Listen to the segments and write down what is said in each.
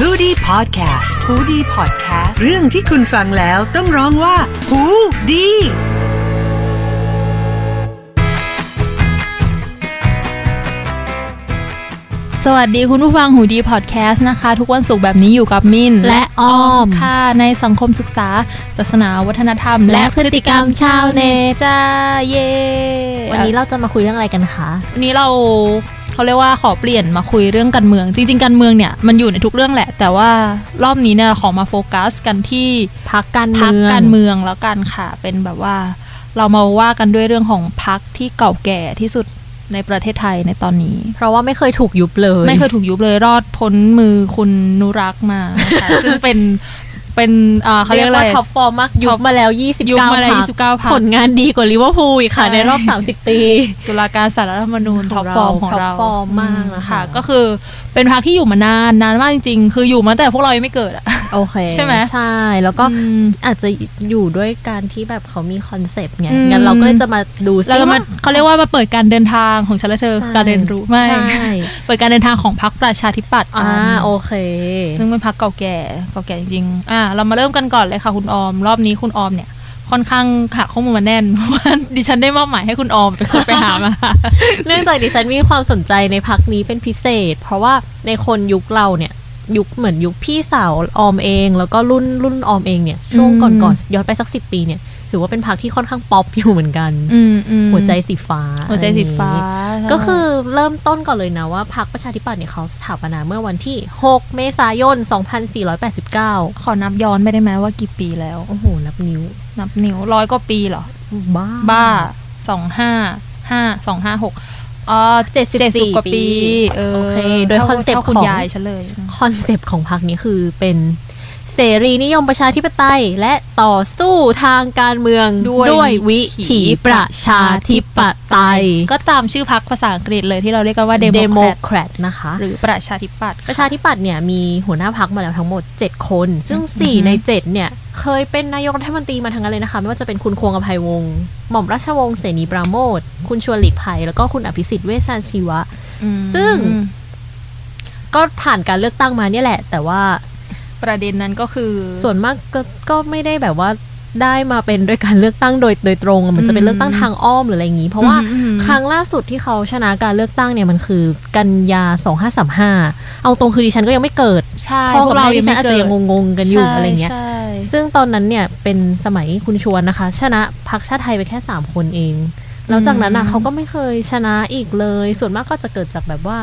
h o ดี้พอดแคสต์ฮูดี้พอดแคสต์เรื่องที่คุณฟังแล้วต้องร้องว่าหูดี สวัสดีคุณผู้ฟังหูดีพอดแคสต์นะคะ ทุกวันศุกร์แบบนี้อยู่กับมิน และออม ค่ะในสังคมศึกษา ศาสนาวัฒนธรรม และพฤติกรรมชาวเน็ต จ้าเย่ วันนี้เราจะมาคุยเรื่องอะไรกันคะ วันนี้เราเขาเรียกว่าขอเปลี่ยนมาคุยเรื่องการเมือง จริง ๆ การเมืองเนี่ยมันอยู่ในทุกเรื่องแหละ แต่ว่ารอบนี้เนี่ยขอมาโฟกัสกันที่ พักการเมื พั อง กการเมืองแล้วกันค่ะ เป็นแบบว่า เรามาว่ากันด้วยเรื่องของพักที่เก่าแก่ที่สุดในประเทศไทยในตอนนี้ เพราะว่าไม่เคยถูกยุบเลย ไม่เคยถูกยุบเลยรอดพ้นมือคุณนุรักษ์ มานะคะ ซึ่งเป็นเป็นเอ่อเขา เรี เรี ย ย ก กอะไร ว่าท็อปฟอร์มมากยุบมาแล้ว 29 ยุบมาแล้ว พรรค 29พรรค ผลงานดีกว่าลิเวอร์พูลอีกค่ะ ใช่ ในรอบ 30 ปี ตุลาการสารรัฐธรรมนูญ ข ท็ อ อง ปฟอเราร์มของเรา top form มากนะคะ ค่ะ ก็คือเป็นพักที่อยู่มานานนานมากจริงๆ คืออยู่มาตั้งแต่พวกเรายังไม่เกิดอะ โอเค ใช่ไหม ใช่ แล้วก็ อืม อาจจะอยู่ด้วยการที่แบบเขามีคอนเซปต์ไง อืม งั้นเราก็เลยจะมาดูซิ เราจะมา ว่ เขาเรียกว่ามาเปิดการเดินทางของฉันและเธอ ใช่ การเรียนรู้ไม่ ใช่ เปิดการเดินทางของพรรคประชาธิปัตย์กั อ่าน โอเค ซึ่งเป็นพักเก่าแก่เก่าแก่จริงๆ อ่า เรามาเริ่มกันก่อนเลยค่ะคุณออม รอบนี้คุณออมเนี่ย ค่อนข้างหาข้อมูลมาแน่ น ว่าดิฉันได้มอบหมายให้คุณออมเป็นคนไปหามา เนื่องจากดิฉันมีความสนใจในพักนี้เป็นพิเศษ เพราะว่าในคนยุคเราเนี่ย ยุคเหมือนยุคพี่สาวออมเอง แล้วก็รุ่นรุ่นออมเองเนี่ย ช่วง อืม ก่อนๆย้อนไปสักสิปีเนี่ย ถือว่าเป็นพักที่ค่อนข้างป๊อปอยู่เหมือนกัน อืมอืม หัวใจสีฟ้า หัวใจสีฟ้า อะไรอย่งงี้ก็คือเริ่มต้นก่อนเลยนะว่าพักประชาธิปัตย์เนี่ยเขาสถาปนาเมื่อวันที่ 6 เมษายน 2489 ขอนับย้อนไปได้ไหมว่ากี่ปีแล้ว โอ้โห นับนิ้ว นับนิ้วร้อยกว่าปีเหรอ บ้า บ้าสองห้าห้าสองห้าหกอ๋อ เจ็ดสิบสี่ กว่าปีเออ โอเคโดย ท่า concept ท่าคุณ ของ ยายฉันเลย คอนเซปต์ของพรรคนี้คือเป็นเสรีนิยมประชาธิปไตย และต่อสู้ทางการเมือง ด้วย วิถีประชาธิปไตย ก็ตามชื่อพักภาษาอังกฤษเลยที่เราเรียกกันว่าเด เด โม โม แครต แครตนะคะ หรือประชาธิปัตย์ ประ ค่ะ ชาธิปัตย์เนี่ยมีหัวหน้าพักมาแล้วทั้งหมด 7 คน ซึ่ง อืมอืม 4 ใน 7 เนี่ย เคยเป็นนายกรัฐมนตรีมาทั้งนั้นเลยนะคะ ไม่ว่าจะเป็นคุณควงอภัยวงศ์หม่อมราชวงศ์เสนีปราโมทคุณชวนหลีกภัย แล้วก็คุณอภิสิทธิ์เวชชาชีวะ อืม ซึ่ง ก็ผ่านการเลือกตั้งมาเนี่ยแหละ แต่ว่า ประเด็นนั้นก็คือ ส่วนมากก็ก็ไม่ได้แบบว่าได้มาเป็นด้วยการเลือกตั้งโดยโดยตรงอะมันจะเป็นเลือกตั้งทางอ้อมหรืออะไรอย่างนี้ เพราะว่า อืมอืม ครั้งล่าสุดที่เขาชนะการเลือกตั้งเนี่ยมันคือ กันยา 2535 เอาตรงคือดิฉันก็ยังไม่เกิด ใช่ พ่อกับแม่ดิฉัน ไม่ อาจจะยังงงๆกันอยู่อะไรเงี้ย ใช่ ซึ่งตอนนั้นเนี่ยเป็นสมัยคุณชวนนะคะ ชนะพรรคชาติไทยไปแค่ 3 คนเอง แล้วจากนั้นอ่ะ อืม เขาก็ไม่เคยชนะอีกเลย ส่วนมากก็จะเกิดจากแบบว่า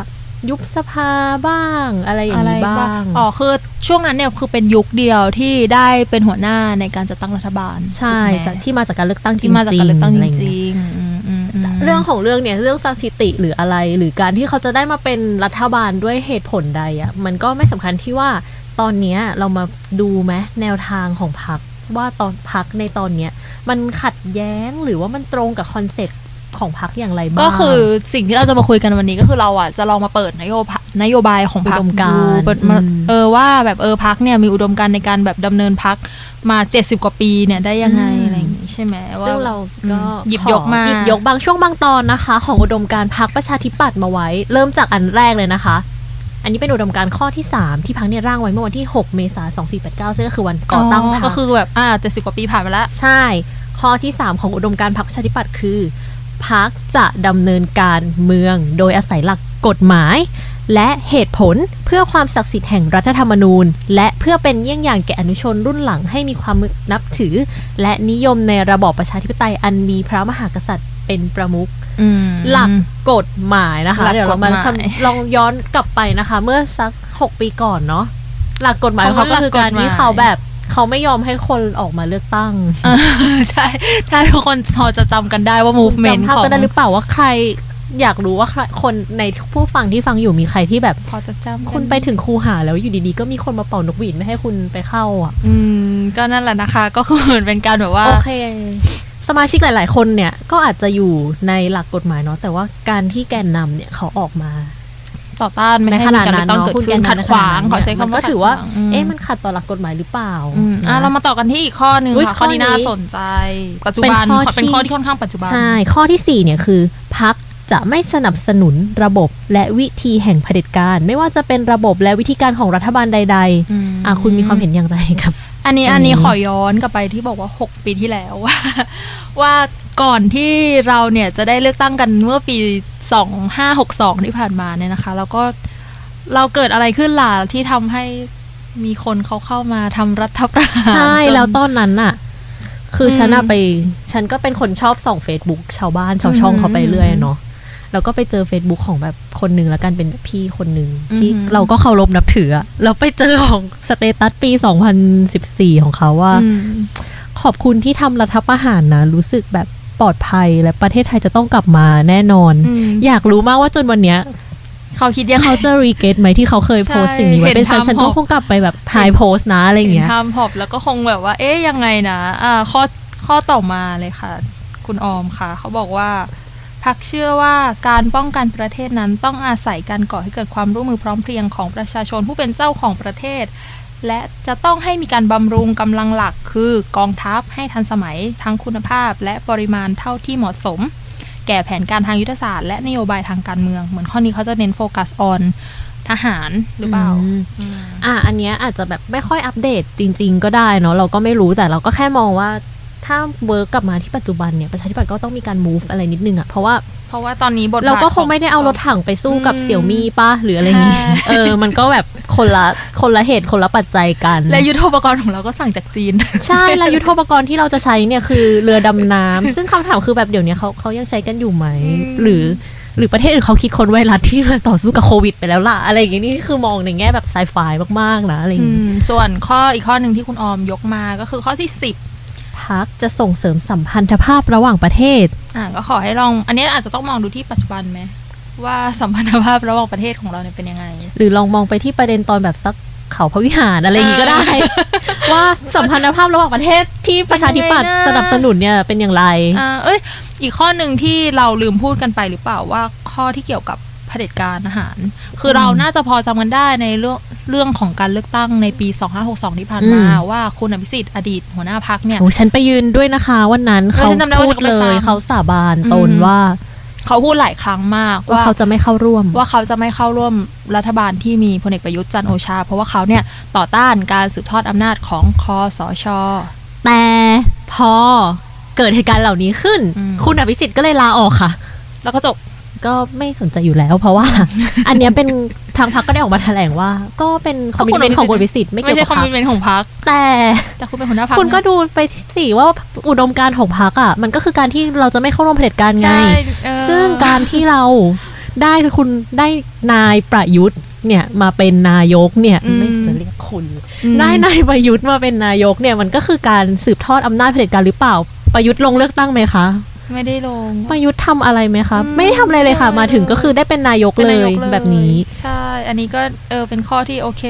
ยุบสภาบ้างอะไรอย่า อะ ง ไร นี้บ้าง อ๋อคือช่วงนั้นเนี่ยคือเป็นยุคเดียวที่ได้เป็นหัวหน้าในการจัดตั้งรัฐบาล ใช่ ถูกไหม จากที่มาจากการเลือกตั้งจริ ที่ งๆ มาจากการเลือกตั้งจะไย่าเย ริงๆอืมอืมอืม เรื่องของเรื่องเนี่ยเรื่องสถิติหรืออะไร หรือการที่เขาจะได้มาเป็นรัฐบาลด้วยเหตุผลใดอะ่ะมันก็ไม่สำคัญที่ว่าตอนเนี้ยเรามาดูไหมแนวทางของพักว่าตอนพักในตอนเนี้ยมันขัดแย้งหรือว่ามันตรงกับคอนเซ็ปต์ของพักอย่างไรบ้าง ก็คือสิ่งที่เราจะมาคุยกันวันนี้ก็คือเราอ่ะจะลองมาเปิดนโยบายนโยบายของพรรค อุดมการณ์ ดูเปิดมา อืม เออว่าแบบเออพรรคเนี่ยมีอุดมการณ์ในการแบบดำเนินพรรคมา 70 กว่าปีเนี่ยได้ยังไงอะไรอย่างงี้ใช่ไหมว่ ซึ่งเราก็ อืมหยิบ ขอย กมา หยิบยกบางช่วงบางตอนนะคะ ของอุดมการณ์พักประชาธิปัตย์มาไว้ เริ่มจากอันแรกเลยนะคะ อันนี้เป็นอุดมการณ์ข้อที่ 3 ที่พักเนี่ยร่างไว้เมื่อวันที่ 6 เมษายน2489ซึ่งก็คือวันก่อตั้งพรร ก็ ค คือแบบอ่าเจ็ดสิบกว่าปีผ่านไปแล้ว ใช่ ข้อที่ 3 ของอุดมการณ์พักประชาธิปัตย์คือพักจะดำเนินการเมืองโดยอาศัยหลักกฎหมาย และเหตุผลเพื่อความศักดิ์สิทธิ์แห่งรัฐธรรมนูญ และเพื่อเป็นเยี่ยงอย่างแก่อนุชนรุ่นหลังให้มีความนับถือ และนิยมในระบอบประชาธิปไตยอันมีพระมหากษัตริย์เป็นประมุข หลักกฎหมายนะคะ หลัก เดี๋ยวเรามา ฎหมาย ชำลองย้อนกลับไปนะคะ เมื่อสักหกปีก่อนเนาะหลักกฎหมายของเขาก็คือการที่เขาแบบเขาไม่ยอมให้คนออกมาเลือกตั้ง เออ ใช่ ถ้าทุกคนพอจะจำกันได้ว่า movement จำภาพ ของ กันได้หรือเปล่าว่าใครอยากรู้ว่าใครคนในผู้ฟังที่ฟังอยู่มีใครที่แบบ พอจะจำ คุณไปถึงคูหาแล้วอยู่ดีๆ ก็มีคนมาเป่านกหวีดไม่ให้คุณไปเข้าอ่ะ อืม ก็นั่นแหละนะคะ ก็คือเหมือนเป็นการแบบว่า โอเค สมาชิกหลาย ๆ คนเนี่ยก็อาจจะอยู่ในหลักกฎหมายเนาะแต่ว่าการที่แกนนำเนี่ยเขาออกมา ต่อต้านไม่ ใน ให้ ข มี นาด การ นั้น ต้อง เนาะ เกิด คุณ ขึ้น แก ขัดขวางขอ เย ใช้คำ มั ว่าน ก็ถือว่า ขัดขง เอ๊ะมันขัดต่อหลักกฎหมายหรือเปล่า อืมอ่ะ นะ เรามาต่อกันที่อีกข้อหนึ่ง อุ๊ย ค่ะ ข้ ข้อ อนี้ นี้น่าสนใจ ปัจจุบัน เป็นข้อเป็นข้อที่ที่ค่อนข้างปัจจุบัน ใช่ ข้อที่สี่เนี่ยคือพัก จะไม่สนับสนุนระบบและวิธีแห่งเผด็จการ ไม่ว่าจะเป็นระบบและวิธีการของรัฐบาลใด อืม ๆ อ่ะคุณมีความเห็นอย่างไรครับ อันนี้ ตรงนี้ อันนี้ขอย้อนกลับไปที่บอกว่า 6 ปีที่แล้ว ว่าว่าก่อนที่เราเนี่ยจะได้เลือกตั้งกันเมื่อปี 2562 ที่ผ่านมาเนี่ยนะคะ แล้วก็เราเกิดอะไรขึ้นล่ะที่ทำให้มีคนเขาเข้ามาทำรัฐประหาร ใช่ จน แล้วตอนนั้นน่ะ คืออ ม ฉันอะไป ฉันก็เป็นคนชอบส่อง Facebook ชาวบ้านชาวช่อง อืม เขาไปเรื่อยอะเนาะแล้วก็ไปเจอ Facebook ของแบบคนหนึ่งแล้วกันเป็นแบบพี่คนหนึ่งที่ อือหือ เราก็เคารพนับถืออะแล้วไปเจอของสเตตัสปี 2014 ของเขาว่า อืม ขอบคุณที่ทำรัฐประหารนะ รู้สึกแบบปลอดภัยและประเทศไทยจะต้องกลับมาแน่นอน อืม อยากรู้มากว่าจนวันเนี้ย เขาคิดยังไง เขาจะรีเกตไหมที่เขาเคย ใช่ โพสต์สิ่งนี้ไว้ เห็น เป็นฉัน ทำ ฉันก็ หก คงกลับไปแบบไฮโพสต์นะอะไรอย่างเงี้ย ทำหอบแล้วก็คงแบบว่า เอ๊ยยังไงนะอ่าข้อข้อต่อมาเลยค่ะ คุณออมค่ะ เขาบอกว่าพักเชื่อว่าการป้องกันประเทศนั้นต้องอาศัยการก่อให้เกิดความร่วมมือพร้อมเพรียงของประชาชนผู้เป็นเจ้าของประเทศ และจะต้องให้มีการบำรุงกำลังหลักคือกองทัพให้ทันสมัยทั้งคุณภาพ และปริมาณเท่าที่เหมาะสม แก่แผนการทางยุทธศาสตร์และนโยบายทางการเมือง เหมือนข้อนี้เขาจะเน้นโฟกัสออนทหารหรือเปล่าอืม อ่ะอันเนี้ยอาจจะแบบไม่ค่อยอัปเดตจริง ๆ ก็ได้เนาะเราก็ไม่รู้แต่เราก็แค่มองว่าถ้าเวิร์กกลับมาที่ปัจจุบันเนี่ยประชาธิปัตย์ก็ต้องมีการ move อะไรนิดนึงอะเพราะว่า เพราะว่าตอนนี้บทบท เราก็คง ข ไม่ได้เอารถถังไปสู้กับ อืม เสี่ยวมี่ป้าหรืออะไรอย่างงี้ ใช่ เออ มันก็แบบคนละคนละเหตุคนละปัจจัยกัน และยุทโธปกรณ์ของเราก็สั่งจากจีน ใช่แล้วยุทโธปกรณ์ที่เราจะใช้เนี่ยคือเรือดำน้ำ ซึ่งคำถามคือแบบเดี๋ยวนี้เขาเขายังใช้กันอยู่ไหม อืม หรือหรือประเทศอื่นเขาคิดค้นไวรัสที่มาต่อสู้กับโควิดไปแล้วล่ะอะไรอย่างงี้นี่คือมองในแง่แบบไซไฟมากๆนะอะไรอย่าง อื งี้ มส่วนข้ออีกข้อหนึ่งที่คุณออมยกมาก็คือข้อที่ พักจะส่งเสริมสัมพันธภาพระหว่างประเทศ 10อ่าก็ขอให้ลอง อันนี้อาจจะต้องมองดูที่ปัจจุบันไหม ว่าสัมพันธภาพระหว่างประเทศของเราเนี่ยเป็นยังไง หรือลองมองไปที่ประเด็นตอนแบบสักเขาพระวิหารอะไรอย่างงี้ก็ได้ ว่าสัมพันธภาพระหว่างประเทศที่ประชาธิปัตย์ เป็นยังไงนะ สนับสนุนเนี่ยเป็นอย่างไร อ่าเอ้ยอีกข้อหนึ่งที่เราลืมพูดกันไปหรือเปล่าว่าข้อที่เกี่ยวกับเผด็จการอาหาร คืออ ม เราน่าจะพอจำกันได้ในเรื่องเรื่องของการเลือกตั้งในปี 2562 ที่ผ่านมา อืม ว่าคุณอภิสิทธิ์อดีตหัวหน้าพักเนี่ย โอ้ฉันไปยืนด้วยนะคะวันนั้น เออ เขา ฉันจำได้ว่า พูด จะไป เล สาย ม เขาสาบานตน อืม ว่า เขาพูดหลายครั้งมาก ว่าเขาจะไม่เข้าร่วม ว่าเขาจะไม่เข้าร่วมรัฐบาลที่มีพลเอกประยุทธ์จันทร์โอชา เพราะว่าเขาเนี่ยต่อต้านการสืบทอดอำนาจของคอสช แต่พอเกิดเหตุการณ์เหล่านี้ขึ้น อืม คุณอภิสิทธิ์ก็เลยลาออกค่ะ แล้วก็จบ ก็ไม่สนใจอยู่แล้ว เพราะว่า อันเนี้ยเป็นทางพรรคก็ได้ออกมาแถลงว่า ก็เป็นคอมมิชเมนต์ของคุณอภิสิทธิ์ไม่เกี่ยว ไม่ กั ใช่ บ คอม พรมิรค ชเมนต์ของพรรค แต่ แต่คุณเป็นหัวหน้าพรรค คุณก็ นะ ดูไปสิว่าอุดมการณ์ของพักอ่ะ มันก็คือการที่เราจะไม่เข้าร่วมเผด็จการไง ใช่เออ ซึ่งการที่เราได้คือคุณได้นายประยุทธ์เนี่ยมาเป็นนายกเนี่ยไม่จะเรียกคุณ อืม ได้นายประยุทธ์มาเป็นนายกเนี่ยมันก็คือการสืบทอดอำนาจเผด็จการหรือเปล่า ประยุทธ์ลงเลือกตั้งไหมคะ ไม่ได้ลง ประยุทธ์ทำอะไรไหมคะ อืม ไม่ได้ทำอะไรเลยค่ะ มาถึงก็คือได้เป็นนายก ป็น เล นาย กเลย แบบนี้ ใช่ อันนี้ก็เออเป็นข้อที่โอเค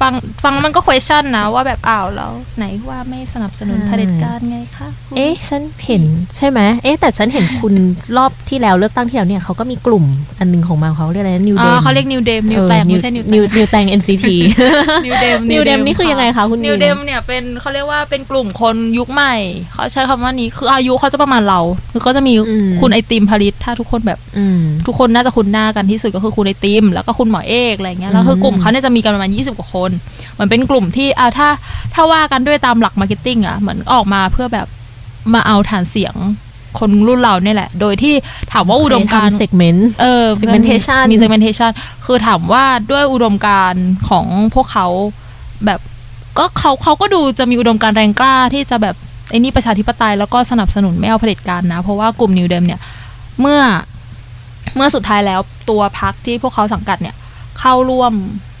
ฟังฟังแล้วมันก็ question นะว่าแบบอ้าวแล้วไหนว่าไม่สนับสนุน ใช่ เผด็จการไงคะคุณ เอ๊ะฉันเห็นใช่ไหมเอ๊ะแต่ฉันเห็นคุณรอบที่แล้วเลือกตั้งที่แล้วเนี่ยเขาก็มีกลุ่มอันหนึงของมันเขาเรียกอะไรนิว อ๋ เด อ ม เขาเรียก New Dem New แตงไม่ใช่ New แต นิว ง นิวแตง NCT New Dem New Dem นี่คือยังไงคะคุณ นิว นิว เดมเนี่ยเป็นเขาเรียกว่าเป็นกลุ่มคนยุคใหม่ เขาใช้คำว่านี้คืออายุเขาจะประมาณเรา คือก็จะมี อืม คุณไอติมผลิตถ้าทุกคนแบบ อืม ทุกคนน่าจะคุ้นหน้ากันที่สุดก็คือคุณไอติม แล้วก็คุณหมอเอกอะไรเงี้ยแล้วคือ ม กลุ่มเขาเนี่ยจะมีกันประมาณ 20 กว่าคนเหมือนเป็นกลุ่มที่อ่าถ้าถ้าว่ากันด้วยตามหลักมาร์เก็ตติ้งอ่ะเหมือนออกมาเพื่อแบบมาเอาฐานเสียงคนรุ่นเราเนี่ยแหละ โดยที่ถามว่าอุดมการณ์ เซกเมนต์ เออ segmentation มี segmentation คือถามว่าด้วยอุดมการณ์ของพวกเขาแบบก็เขาเขาก็ดูจะมีอุดมการณ์แรงกล้าที่จะแบบไอ้นี่ประชาธิปไตยแล้วก็สนับสนุนไม่เอาเผด็จการนะ เพราะว่ากลุ่มนิวเดมเนี่ยเมื่อเมื่อสุดท้ายแล้วตัวพักที่พวกเขาสังกัดเนี่ย เข้าร่วม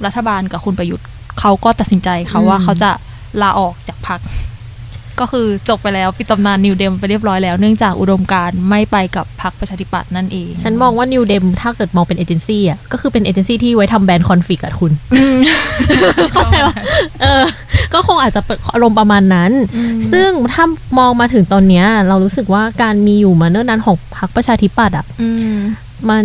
รัฐบาลกับคุณประยุทธ์เขาก็ตัดสินใจเขา อืม ว่าเขาจะลาออกจากพัก ก็คือจบไปแล้วปิดตำนานนิวเดมไปเรียบร้อยแล้วเนื่องจากอุดมการณ์ไม่ไปกับพรรคประชาธิปัตย์นั่นเอง ฉันมองว่านิวเดมถ้าเกิดมองเป็นเอเจนซี่อ่ะ ก็คือเป็นเอเจนซี่ที่ไว้ทำแบรนด์คอนฟิกอะคุณ เข้าใจปะเออ ก็คงอาจจะเปิดอารมณ์ประมาณนั้น อืม ซึ่งถ้ามองมาถึงตอนเนี้ย เรารู้สึกว่าการมีอยู่มาเนิ่นนานของพรรคประชาธิปัตย์อ่ะ อืม มัน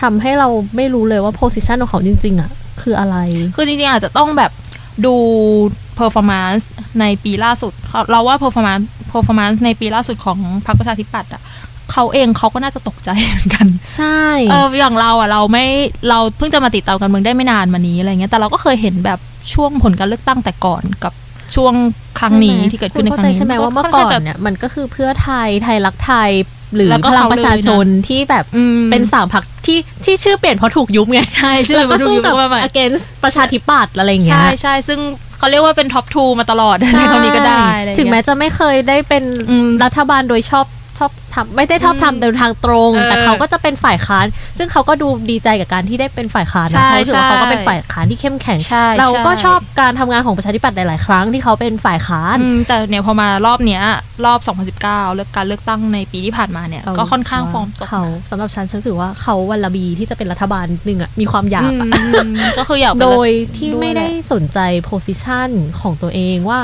ทำให้เราไม่รู้เลยว่าโพสิชันของเขาจริง ๆ อ่ะ คืออะไร คือจริงๆ อาจจะต้องแบบดู performance ในปีล่าสุด เราว่า performance performance ในปีล่าสุดของพรรคประชาธิปัตย์อะ เขาเองเขาก็น่าจะตกใจเหมือนกัน ใช่ เอออย่างเราอ่ะเราไม่เราเพิ่งจะมาติดตามการเมืองได้ไม่นานมานี้อะไรเงี้ยแต่เราก็เคยเห็นแบบช่วงผลการเลือกตั้งแต่ก่อนกับช่วงครั้งนี้ ใช่ไหม ที่เกิดขึ้นใน คุคณรั้นี้เข้าง ใจใช่ไหมว่าเมื่อ ค่ ก่อ ข้ง น จะ เนี่ยมันก็คือเพื่อไทยไทยรักไทย หรือ แล้วก็ พลัง เขา ประชาชน เลยนะ ที่แบบ อืม เป็นสามพักที่ที่ชื่อเปลี่ยนเพราะถูกยุบไง ใช่ชื่อ แล้ว มั ก็ นถูก สู้ ยุบ กับ มาใหม่ against ประชาธิปัตย์อะไรอย่างเงี้ย ใช่ใช่ซึ่งเขาเรียกว่าเป็นท็อปทูมาตลอดในคำนี้ก็ได้อะไรเย ถึงแม้จะไม่เคยได้เป็น อืม รัฐบาลโดยชอบชอบทำไม่ได้ชอบ อืม ทำโดยทางตรง เออ แต่เขาก็จะเป็นฝ่ายค้าน ซึ่งเขาก็ดูดีใจกับการที่ได้เป็นฝ่ายค้าน ใช่ นะเขาถือใช่ว่าเขาก็เป็นฝ่ายค้านที่เข้มแข็ง ใช่ เราก็ ใ ชอบการทำงานของประชาธิปัตย์หลาย ๆ ครั้งที่เขาเป็นฝ่ายค้าน อืมแต่เนี่ยพอมารอบเนี้ยรอบ 2019เลือกการเลือกตั้งในปีที่ผ่านมาเนี่ย ก็ค่อนข้างฟอร์มตก เขาสำหรับฉันฉันรู้สึกว่าเขาวันละบีที่จะเป็นรัฐบาลหนึ่งอะมีความอยาก อืม อะ อืมก็คืออยากเป็น โด รัฐ ยที่ไม่ได้สนใจโพสิชันของตัวเองว่า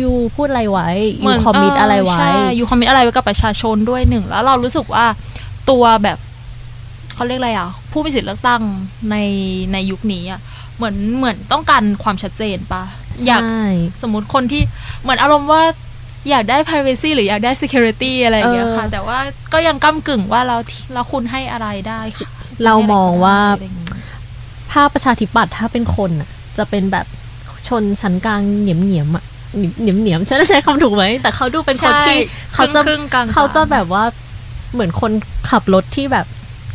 ยูพูดอะไรไว้ยูคอมมิตอะไรไว้ ใช่อยู่คอมมิตอะไรไว้กับประชาชนด้วยหนึ่ง แล้วเรารู้สึกว่าตัวแบบเขาเรียกอะไรอ่ะ ผู้มีสิทธิ์เลือกตั้งในในยุคนี้อ่ะเหมือนเหมือนต้องการความชัดเจนปะอยาก ใช่ สมมติคนที่เหมือนอารมณ์ว่าอยากได้ privacy หรืออยากได้ security อะไรอย่างเงี้ย เออ ค่ะ แต่ว่าก็ยังก้ากึ่งว่าเราเราคุณให้อะไรได้ค่ะ เรามองว่า ให้อะไรก็ได้อะไรอย่างงี้ ภาพประชาธิปัตย์ถ้าเป็นคนอะจะเป็นแบบชนชั้นกลางเหนียมเหนียมๆอะเหนียมเหนียมๆฉันจะใช้คำถูกไหมแต่เขาดูเป็นคน ใช่ ที่เขาจะ ครึ่งๆกลางๆ เขาจะแบบว่าเหมือนคนขับรถที่แบบ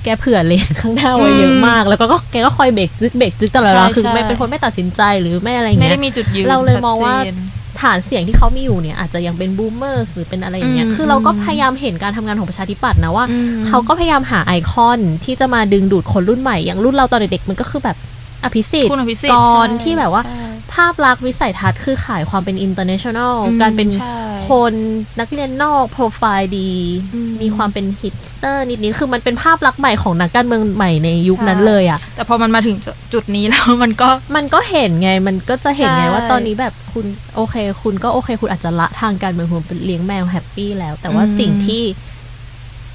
แกเผื่อเลนข้างหน้าไว้เยอะมาก แล้วก็ก็แกก็คอยเบรกจึกเบรกจึกตลอดเวลา ใช่ คือไม่ ใช่ เป็นคนไม่ตัดสินใจหรือไม่อะไรอย่าง ไม่ เงี้ ได้ ย มีจุดยืน เราเลยมองว่า ชัดเจน ฐานเสียงที่เขามีอยู่เนี่ยอาจจะยังเป็นบูมเมอร์หรือเป็นอะไรอย่างเงี้ย อืม คือเราก็ อืม พยายามเห็นการทำงานของประชาธิปัตย์นะว่า อืม เขาก็พยายามหาไอคอนที่จะมาดึงดูดคนรุ่นใหม่ อย่างรุ่นเราตอนเด็กๆมันก็คือแบบอภิสิทธิ์ คุณอภิสิทธิ์ กร ใช่ ที่แบบว่า ใช่ ภาพลักษณ์วิสัยทัศน์คือขายความเป็นอินเตอร์เนชั่นแนล อืม การเป็น ใช่ คนนักเรียนนอกโปรไฟล์ดี อืม มีความเป็นฮิปสเตอร์นิดๆคือมันเป็นภาพลักษณ์ใหม่ของนักการเมืองใหม่ในยุคนั้นเลยอ่ะ แต่พอมันมาถึงจุดจุดนี้แล้ว มันก็ มันก็เห็นไง มันก็จะเห็นไง ใช่ ว่าตอนนี้แบบคุณโอเค คุณก็โอเค คุณอาจจะละทางการเมืองคุณเลี้ยงแมวแฮปปี้แล้ว แต่ว่า อืม สิ่งที่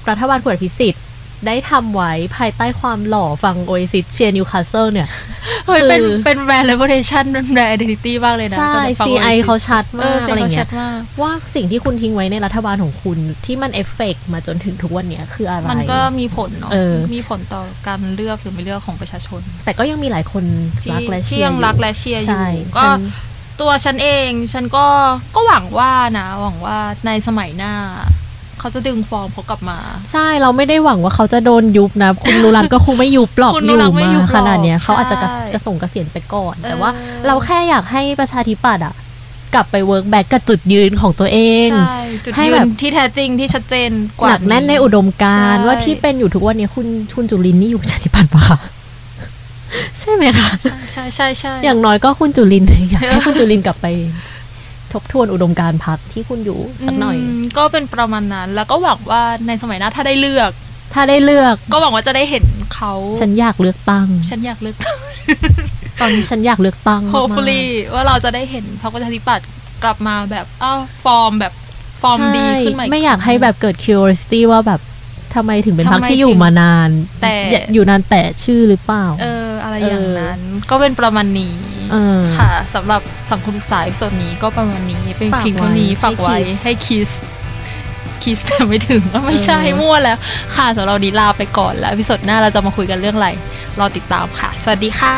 รัฐบาลคุณอภิสิทธิ์ได้ทำไว้ภายใต้ความหล่อฟังโอเอซิสเชียร์นิวคาสเซิลเนี่ย เฮ้ยเป็น คือ เป็นแบรนด์ reputation เป็นแบรนด์ identity บ้างเลยนะ ใช่ ตอนนี้ฟัง CI เขาชัด เออมาก เสีย อะไร งเขา เงี้ ชั ย ดมาก ว่าสิ่งที่คุณทิ้งไว้ในรัฐบาลของคุณที่มันเอฟเฟกต์มาจนถึงทุกวันเนี้ยคืออะไร มันก็มีผลเนาะ เออ มีผลต่อการเลือกหรือไม่เลือกของประชาชน แต่ก็ยังมีหลายคน ที่ รักและเชี ที่ ยร์ ยังรักและเชียร์อยู่ ใช่ ก็ ฉัน ตัวฉันเองฉันก็ก็หวังว่านะหวังว่าในสมัยหน้า เขาจะดึงฟอร์มเขากลับมา ใช่เราไม่ได้หวังว่าเขาจะโดนยุบนะ คุณนุรัตน์ก็คงไม่ยุบหรอก คุณ อ นุ ยู่ รัตน์ไม่ มา ยุบหรอก ขนาดเนี้ยเขา ใช่ อาจจะกระกระส่งกระเสียนไปก่อน แต่ว่า เออ เราแค่อยากให้ประชาธิปัตย์อะกลับไปเวิร์กแบ็กกับจุดยืนของตัวเอง ใช่จุด ให้ ยื แบ น บ ที่แท้จริงที่ชัดเจนก ห ว่า นักแน่นในอุดมการณ์ ใช่ ว่าที่เป็นอยู่ทุกวันนี้คุณคุณจุลินนี่อยู่ประชาธิปัตย์ปะ คะใช่ไหมคะ ใช่ใช่ใช่ อย่างน้อยก็คุณจุลินอยากให้คุณจุลินกลับไป ทบทวนอุดมการณ์พักที่คุณอยู่สักหน่อย มก็เป็นประมาณนั้น แล้วก็หวังว่าในสมัยหน้าถ้าได้เลือก ถ้าได้เลือก ก็หวังว่าจะได้เห็นเขา ฉันอยากเลือกตั้ง ฉันอยากเลือก ตอนนี้ฉันอยากเลือกตั้งมากๆ hopefully ว่าเราจะได้เห็นพรรคประชาธิปัตย์กลับมาแบบอ้าวฟอร์มแบบฟอร์มดีขึ้นใหม่ ใช่ไม่อยากให้แบบเกิด curiosity ว่าแบบทำไมถึงเป็นพัก ทำไม ที่อยู่มานาน แต่ อย่าอยู่นานแต่ชื่อหรือเปล่า เอออะไรอย่างนั้น ก็เป็นประมาณนี้ เออ ค่ะสำหรับสังคมศึกษาอีพิโซดนี้ก็ประมาณนี้เป็น ฝาก เพียงเท่านี้ ไว้ ฝากไว้ ให้ kiss ให้คิสคิสแต่ไม่ถึง ก็ไม่ใช่มั่วแล้ว ค่ะสำหรับวันนี้ลาไปก่อนแล้วอีพิโซดหน้าเราจะมาคุยกันเรื่องอะไรรอติดตามค่ะ สวัสดีค่ะ